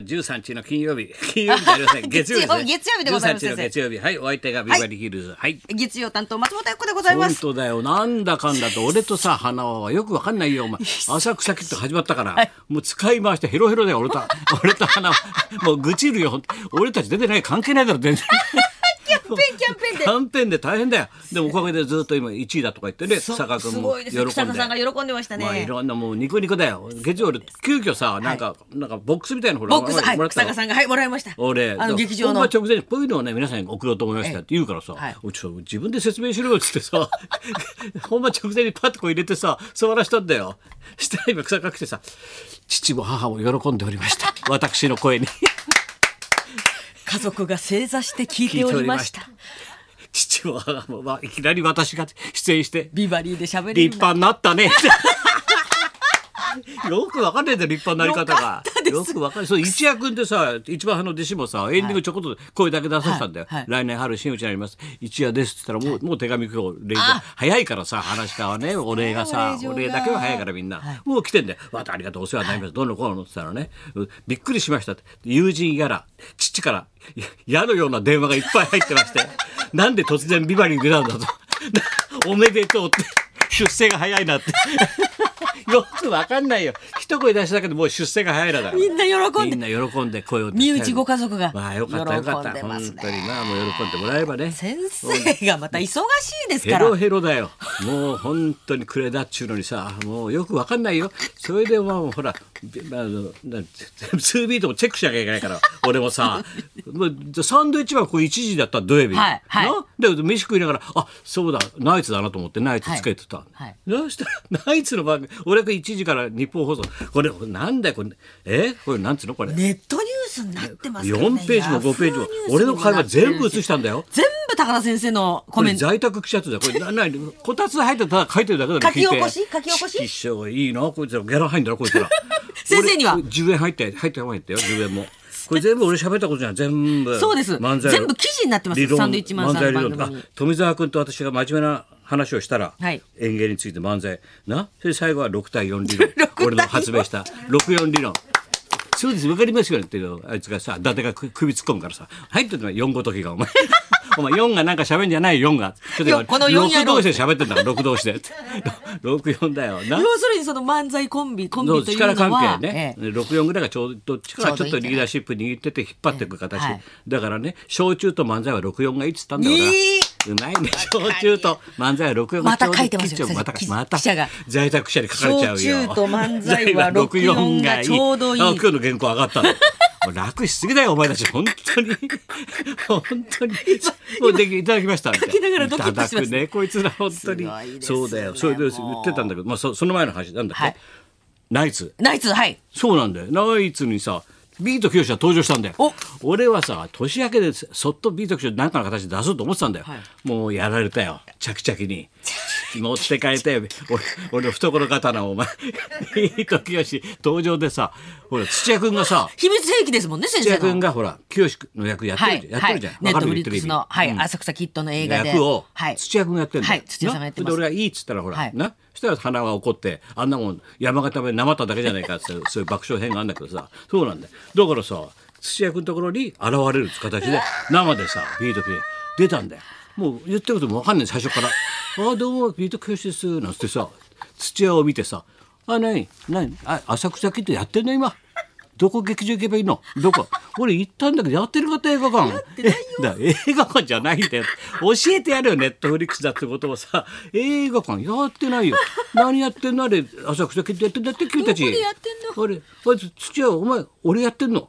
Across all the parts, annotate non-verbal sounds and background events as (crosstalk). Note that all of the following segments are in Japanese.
13日の金曜日、 (laughs) 金曜日じゃありま (laughs) せん、月曜日です、ね。月曜日でございます13日の月曜日、はい、お相手がビバリーヒルズ。はい。月曜担当松本子でございま本す。当だよなんだかんだと俺とさ花輪はよくわかんないよお (laughs) 前浅草キッド始まったから、もう使い回してヘロヘロだよ俺と (laughs) 俺と花輪もう愚痴るよ俺たち出てない関係ないだろ全然キャンペーンキャンペーンで。キャンペーンで大変だよでもおかげでずっと今1位だとか言ってねそう坂君すもごい喜んですでね。草田さんが喜んでましたね。まあいろんなもうニコニコだよ月曜日急遽さなんか、なんかボックスみたいなほらボックス、はい、もらった草の田さんが、はい、もらいました。俺あの劇場の。本番直前にこういうのをね皆さんに送ろうと思いましたって言うからさ、はいおいちょ自分で説明しろよっつって (laughs) さ本番直前にパッとこう入れてさ座らしたんだよしたら今草隠してさ父も母も喜んでおりました (laughs) 私の声に家族が正座して聞いておりました。父も母も、まあ、いきなり私が出演してビバリーで喋れ立るな。派になったね (laughs) よくわかんないんだよ立派になり方よかがったですよくわかんないそう一夜君ってさ一番派の弟子もさエンディングちょこっと声だけ出させたんだよ、はいはい来年春真打ちになります一夜ですって言ったらもう,、もう手紙今日礼状早いからさ話したわねお礼がさお礼状おが礼だけは早いからみんな、もう来てんだよ「わたありがとうお世話になります、どんどんこうの」って言ったらねう「びっくりしました」って友人やら父からや矢のような電話がいっぱい入ってま (laughs) してなんで突然ビバリーに出たんだと「おめでとう」 (laughs) って出世が早いなって。 (laughs) よくわかんないよ。一声出しただけでもう出世が早いなだから。みんな喜んみでんな喜んで声を。身内ご家族がまあよかったよかった。喜んでます本ね当にまあもう喜んでもらえばね。先生がまた忙しいですヘからロ。ヘロだよ。もう本当にくれだっちゅうのにさ、もうよくわかんないよ。それでまあほら、びまああのなん2ビートもチェックしなきゃいけないから、 (laughs) 俺もさ、もうサンドイッチマンこれ1時だったの土曜日。はいはいなで、飯食いながら、あそうだ、ナイツだなと思ってナイツつけてた。はいはいそした (laughs) ら、ナイツの番組、俺が1時から日本放送、これなんだよ、これ、えこれなんつうのこれ。ネットニュースになってますからね。 4ページも5ページもヤフーニュースになってるし俺の会話全部映したんだよ。全部高田先生のコこメれント。在宅記者とだよこれななにこたつ入ってただ書いてるだけだろ書き起こ聞いし書き起こしき師匠がいいなこいつらギャラ入んだろこいつら (laughs) 先生には俺10円入って入って入ってよ10円もこれ全部俺喋ったことじゃん全部そうです漫才全部記事になってます理論サンドウィッチマンさんの漫才理論とか番組に富澤君と私が真面目な話をしたら、はい演芸について漫才なそれで最後は6対4理論 (laughs) 対4俺の発明した64理論そうです、わかりますよねっていうのあいつがさ、伊達がく首突っ込むからさ、入ってたのは4ごときが、お前。 (laughs) お前4がなんか喋んじゃない4が。ちょっよこの四や6ろう同士で喋ってんだから、6同士で。64だよ。な。要するにその漫才コンビコンそうビというのは力関係ね、ええ64ぐらいがちょうどどっちかがちちょょうっとどいいんじゃないリーダーシップ握ってて引っ張っていく形、ええはいだからね小中と漫才は64がいいっつったんだよな、いいうまいね小中と漫才は64がちょうどまた書いてますよ切っちゃうまた記また記者が在宅記者に書かれちゃうよ小中と漫 (laughs) 才は64がちょうどいいあ今日の原稿上が (laughs) ったのもう楽しすぎだよお前たち本当に本当にもうできいただきましたみたい書きながらドキッとしまいしたただくねこいつら本当にすそごいですねうだよそれで言ってたんだけどまあそその前の話なんだっけ、はいナイツナイツはいそうなんだよ。ナイツにさ、ビート清志が登場したんだよお。俺はさ、年明けでそっとビート清志なんかの形で出そうと思ってたんだよ。はいもうやられたよ。着々に。持って帰ったよ。俺、俺の懐刀をお前。ビート清志登場でさ、ほら、土屋くんがさ、秘密兵器ですもんね先土生屋くんの。がほら、清志の役やってはるいじゃん。やっはてるいじゃん。ネわッかトる言フリってるック意ス味のはいうん浅草キッドの映画で役をはい土屋君がやってるの、はい土屋さんがやってますなで俺がいいっつったらほら、はいなそしたら花が怒ってあんなもん山形弁なまっただけじゃないかっつって (laughs) そういう爆笑編があるんだけどさそうなんだよだからさ土屋君のところに現れる形で生でさビート系出たんだよもう言ってることも分かんない最初から「ああどうもビート教師です」なんつってさ土屋を見てさ「あ何何あ浅草キッドやってんの今」どこ劇場行けばいいのどこ俺行ったんだけどやってる方映画館えだ映画館じゃないんだよ教えてやるよネットフリックスだってことをさ映画館やってないよ何やってんのあれ浅草キッドやってんだって君たちどこでやってんのあれあいつ土屋お前俺やってんの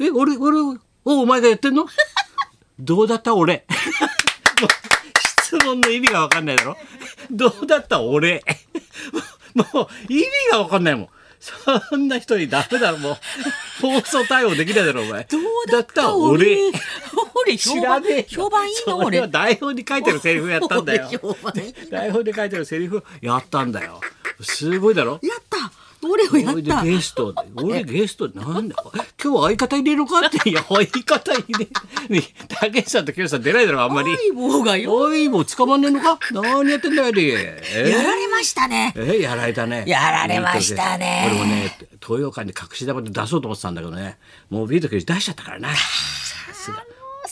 え俺俺おお前がやってんの (laughs) どうだった俺 (laughs) もう質問の意味が分かんないだろどうだった俺 (laughs) もうもう意味が分かんないもんそんな人にダメだろもう放送対応できないだろお前どうだった俺だっ俺知評ら判ねえよ評判いいのそれは俺台本に書いてるセリフやった (laughs) んだよ俺評判いい台本に書いてるセリフやったんだよすごいだろやった俺をやそれっでた。ゲストで俺ゲストなんだ今日は相方入れるか (laughs) っていや相方入れね竹内さんと清さん出ないだろあんまりい棒がよ。おいもう捕まんねえのか何やってんだよりえやられましたね。えやられたねやられましたね俺もね東洋館で隠し玉で出そうと思ってたんだけどねもうビート教授出しちゃったからなさすが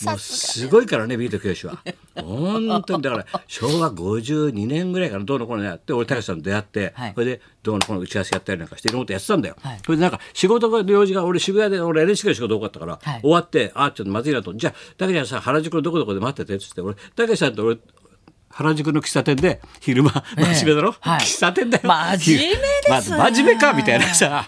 もうすごいからねビート教授は本当にだから昭和52年ぐらいからどうのこうのやって俺高橋さんと出会って、はいそれでどうのこうの打ち合わせやったりなんかしていろんなことやってたんだよ、はいそれでなんか仕事が用事が俺渋谷で俺 NHK の仕事多かったから、はい終わってあちょっとまずいなとじゃあ竹谷さん原宿のどこどこで待っててっつって俺竹谷さんと俺原宿の喫茶店で昼間 (laughs) 真面目だろ、はい喫茶店だよ真面目ですねま真面目かみたいなさ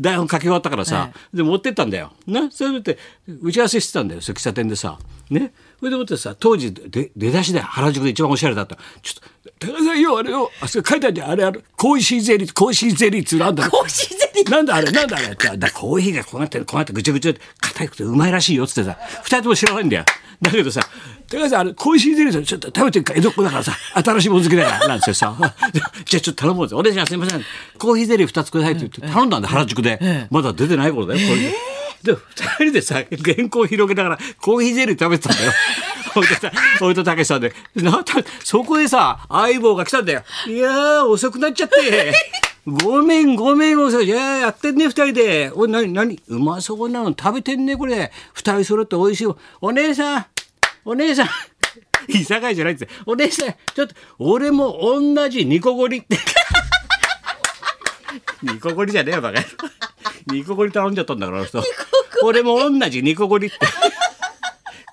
台本書き終わったからさ、で持ってったんだよなそれでって打ち合わせしてたんだよその喫茶店でさねそれでもってさ当時で出だしで原宿で一番おしゃれだったちょっと「高いよあれよあそこ書いてあるじゃんあれあれコーヒーゼリーコーヒーゼリーっつうのあんだろコーヒーゼリーなんだあれなんだあれってだコーヒーがこうなってこうなってぐちゃぐちゃって硬くてうまいらしいよっつってさ二人とも知らないんだよだけどさ高橋さんあれコーヒーゼリーさちょっと食べてるから江戸っ子だからさ新しいもの好きだからなんつってさ (laughs) じゃあちょっと頼もうぜお姉ちゃんすいませんコーヒーゼリー二つくださいって言って頼んだんだ原宿でまだ出てない頃だよこれで二人でさ原稿広げながらコーヒーゼリー食べてたんだよ俺とさ俺とたけしさんでなたそこでさ相棒が来たんだよいやー遅くなっちゃって。ごめんごめんおさいややってんね二人でおいなになにうまそうなの食べてんねこれ二人揃っておいしいよお姉さんお姉さん (laughs) 居酒屋じゃないっつってお姉さんちょっと俺も同じニコゴリってニコゴリじゃねえよバカ野郎ニコゴリ頼んじゃったんだからあの人俺も同じニコゴリって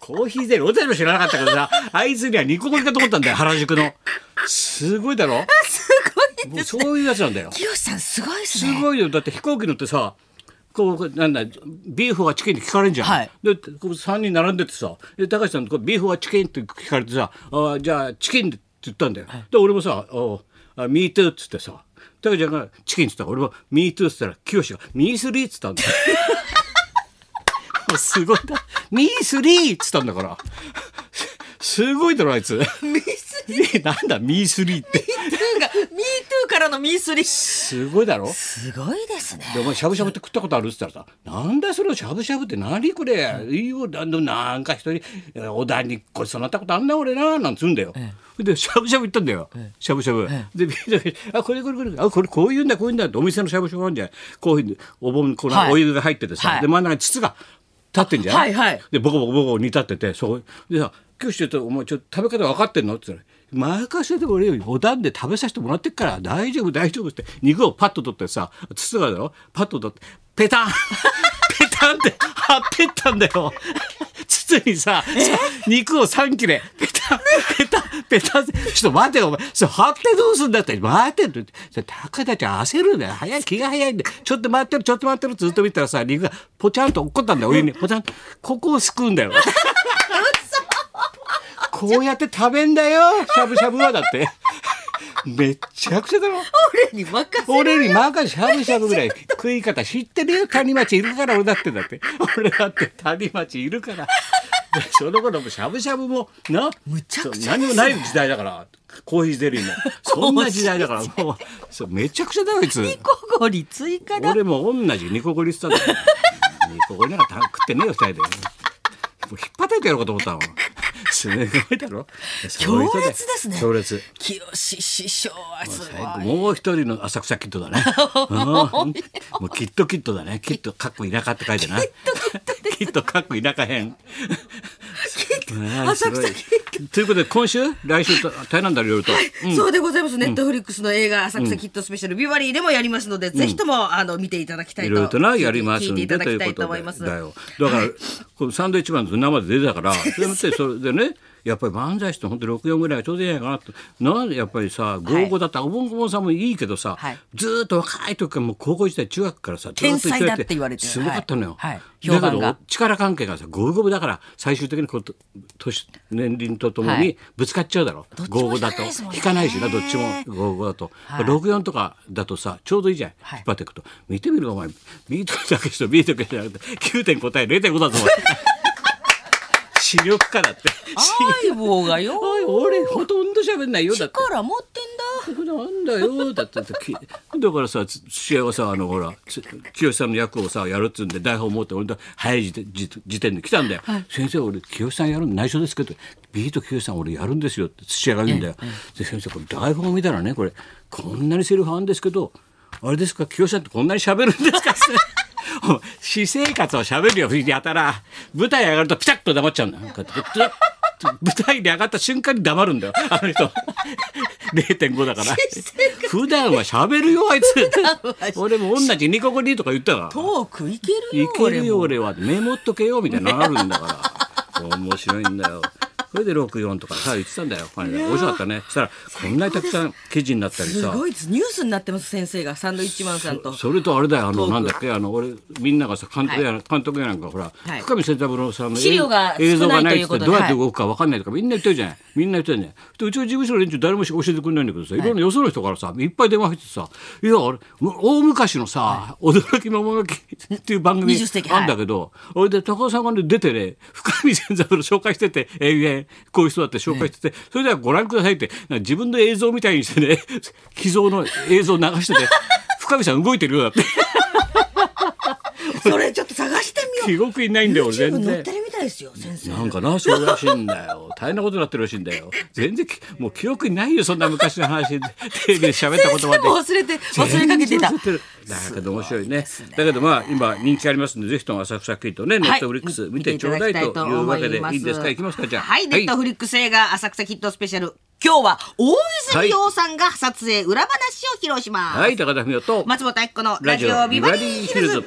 コーヒーゼリー俺たちも知らなかったからさあいつにはニコゴリかと思ったんだよ原宿のすごいだろすごいもうです。そういうやつなんだよ清さんすごいですすね。ごいよだって飛行機乗ってさこうなんだビーフはチキンって聞かれるじゃん、はいでこう3人並んでてさで高橋さんこうビーフはチキンって聞かれてさあーじゃあチキンって言ったんだよ、で俺もさ「おあミートゥー」っつってさ高橋ちゃんがチキンっつったら俺も「ミートゥー」っつったら清が「ミースリー」っつったん (laughs) だよもうすごいな「ミースリー」っつったんだからすごいだろあい (laughs) つミスリーなんだ「ミースリー」ってがミートゥーからのミースリー。すごいだろすごいですね。でお前しゃぶしゃぶって食ったことあるって言ったらさ「なんだよそれをしゃぶしゃぶって何これいいよなんでもなんか一人えーお題にこれそなったことあんな俺な」なんつうんだよ。でしゃぶしゃぶ行ったんだよ、しゃぶしゃぶ。でビールがあこれこれこれあこれこういうんだこういうんだ」ってお店のしゃぶしゃぶあるんじゃんこういうふうにお盆こはのいお湯が入っててさ、はいで真ん中に筒が立ってんじゃん。はいはいでボコボコボコ煮立っててそうでさ「今日ちょっとお前ちょっと食べ方分かってんの?」って言ったら「任せても俺よりおだんで食べさせてもらってっから大丈夫大丈夫」って肉をパッと取ってさ筒があるだろパッと取ってペタン (laughs) ペタンって張ってったんだよ。筒にささ肉を3切れペタンペタンペタンってちょっと待てよお前それ張ってどうすんだって待てってそれ高田ちゃん焦るんだよ早い気が早いんだよちょっと待ってるちょっと待ってるずっと見てたらさ肉がポチャンと落っこったんだよお湯にポチャンここをすくうんだよ。こうやって食べんだよしゃぶしゃぶはだってめっちゃくちゃだろ俺に任せ俺よりマーカーしゃぶしゃぶぐらい食い方知ってるよ谷町いるから俺だってだって俺だって谷町いるからでその頃もしゃぶしゃぶもなむちゃくちゃですねそう何もない時代だからコーヒーゼリーもそんな時代だからもうそうめちゃくちゃだよあいつニコゴリ追加だ。俺も同じニコゴリスタだよニコゴリなんか食ってねえよ二人でもう引っ張たいてやろうかと思 (laughs) ったのすごいだろそういう人だよ強烈ですね強烈清志師匠はす最後ごい。もう一人の浅草キッドだね。うんもうキッドキッドだね。キッドかっこ田舎って書いてな。キッドかっこ田舎編。浅草キッドド。ということで今週来週と台南だろいろいろと。そうでございます。ネットフリックスの映画、浅草キッドスペシャル、ビバリーでもやりますので、ぜひとも、あの、見ていただきたいいと。ろいろとなやります聞んいでていただといきうたいとこ思いまとす。でだよだからこのサンドイッチマンズ生で出てた (laughs) からそれもってそれでねやっぱり漫才師って本当六64ぐらいがちょうどいいんじゃないかなとなんでやっぱりさ55だったらおぼんこぼんさんもいいけどさ、はいずーっと若い時からもう高校時代中学からさずっと天才だって一緒にや言われてるすごかったのよ、はいはい評だ判けがど力関係がさ五五だから最終的にこうと年年輪とともはにいぶつかっちゃうだろどっちも五五だと引かないですもんね引かないしなどっちも五五だと、はい六四とかだとさちょうどいいじゃん、はい引っ張っていくと見てみるお前ビートルズだけしとビートルズだけじゃなくて9.5対0.5だぞお前視力かだって。相棒がよおい俺ほとんど喋んないよだって。力持ってんだなんだよだってきだからさつ土屋がさあのほらつ清さんの役をさやるっつうんで台本持って俺と早い時点時時点で来たんだよ、先生俺清さんやるの内緒ですけどビート清さん俺やるんですよって土屋が言うんだよ、で先生これ台本を見たらねこれこんなにセリフあるんですけどあれですか清さんってこんなに喋るんですかお前 (laughs) 私生活を喋るよやたら舞台上がるとピタッと黙っちゃうん (laughs) だよこうやってピタッ舞台に上がった瞬間に黙るんだよあの人0.5だから普段は喋るよあいつ俺も同じニココニとか言ったらトークいけるよいけるよ俺も俺はメモっとけよみたいなのあるんだから面白いんだよそれで64とかさ言ってたんだよこれね面白かったねそしたらこんなにたくさん記事になったりすさごいですニュースになってます先生がサンドイッチマンさんとそれとあれだよあのトークなんだっけあの俺みんながさ監督や、監督やなんかほら、はい深見千三郎さんの資料が映像がないっつっ少ないといてうことでどうやって動くかわかんないとかみんな言ってるじゃないみんな言ってるじゃないでうちの事務所の連中誰も教えてくれないんだけどさいろんなよその人からさいっぱい電話入ってさ「いや俺大昔のさ、驚きのもがき」っていう番組20世紀あんだけど、俺で高尾さんがね出てね深見千三郎紹介してて「えいえこういう人だって紹介してて、それではご覧ください」ってなんか自分の映像みたいにしてね (laughs) 秘蔵の映像流してて深見さん動いてるようだって。それちょっと探してみよ記憶いないんだよう俺全 YouTube 載っ然て。るみたいですよ先生なんかなそうらしいんだ (laughs) よ大変なことになってるらしいんだよ全然きもう記憶にないよそんな昔の (laughs) 話テレビで喋った先こと生までも忘れて忘れかけてた全然忘れるだけど面白いねだけどまあ今人気ありますんでぜひとも浅草キッドねネはッいトフリックス見てちょうだいと見てたいだきたうわけで思いいんですかいきますかじゃあはい、ネットフリックス映画浅草キッドスペシャル。今日は大泉洋さんが撮影裏話を披露します。はい高田文夫と松本明子のラジオビバリーヒルズ。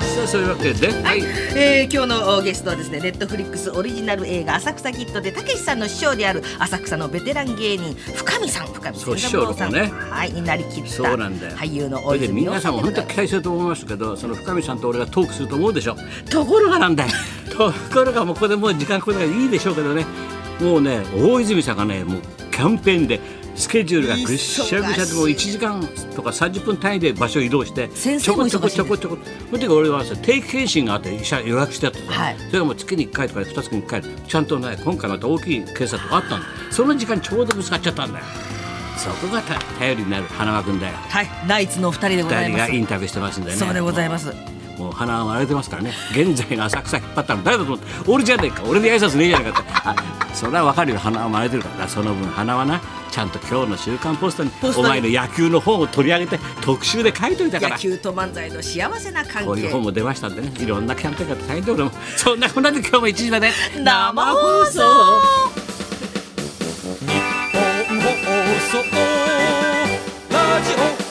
さあそういうわけではいえー今日のゲストはですねネットフリックスオリジナル映画「浅草キッド」でたけしさんの師匠である浅草のベテラン芸人深見さん深見そう千三郎さん、師匠の方はい、になりきったそうなんだよ俳優のそ大れで泉洋皆さんもで本ご当ざいに期待ますすると思いますけどその深見さんと俺がトークすると思うでしょところがなんだよところがもうここでもう時間これからいいでしょうけどねもうね大泉さんがねもうキャンペーンでスケジュールがぐっしゃぐしゃでもう忙しい1時間とか30分単位で場所移動して先ち生ょこも忙しちいょんこですちょこちょこその時俺はさ定期検診があって医者予約してあったのはいそれがもう月に1回とか2月に1回ちゃんとね今回また大きい検査とかあったのその時間ちょうどぶつかっちゃったんだよそこがた頼りになる花輪君だよはいナイツのお二人でござ二い人まがすインタビューしてますんでねそうでございますもう鼻を割れてますからね現在の浅草引っ張ったの誰だと思って俺じゃねえか俺で挨拶ねえじゃねえかってあそれは分かるよ鼻は割れてるからその分鼻はなちゃんと今日の「週刊ポストに」ポストおに前の野球の本を取り上げて特集で書いといたから野球と漫才の幸せな関係こういう本も出ましたんでねいろんなキャンペーンが大変で俺もそんなこんなで今日も1時まで生放送日本放送ラジオ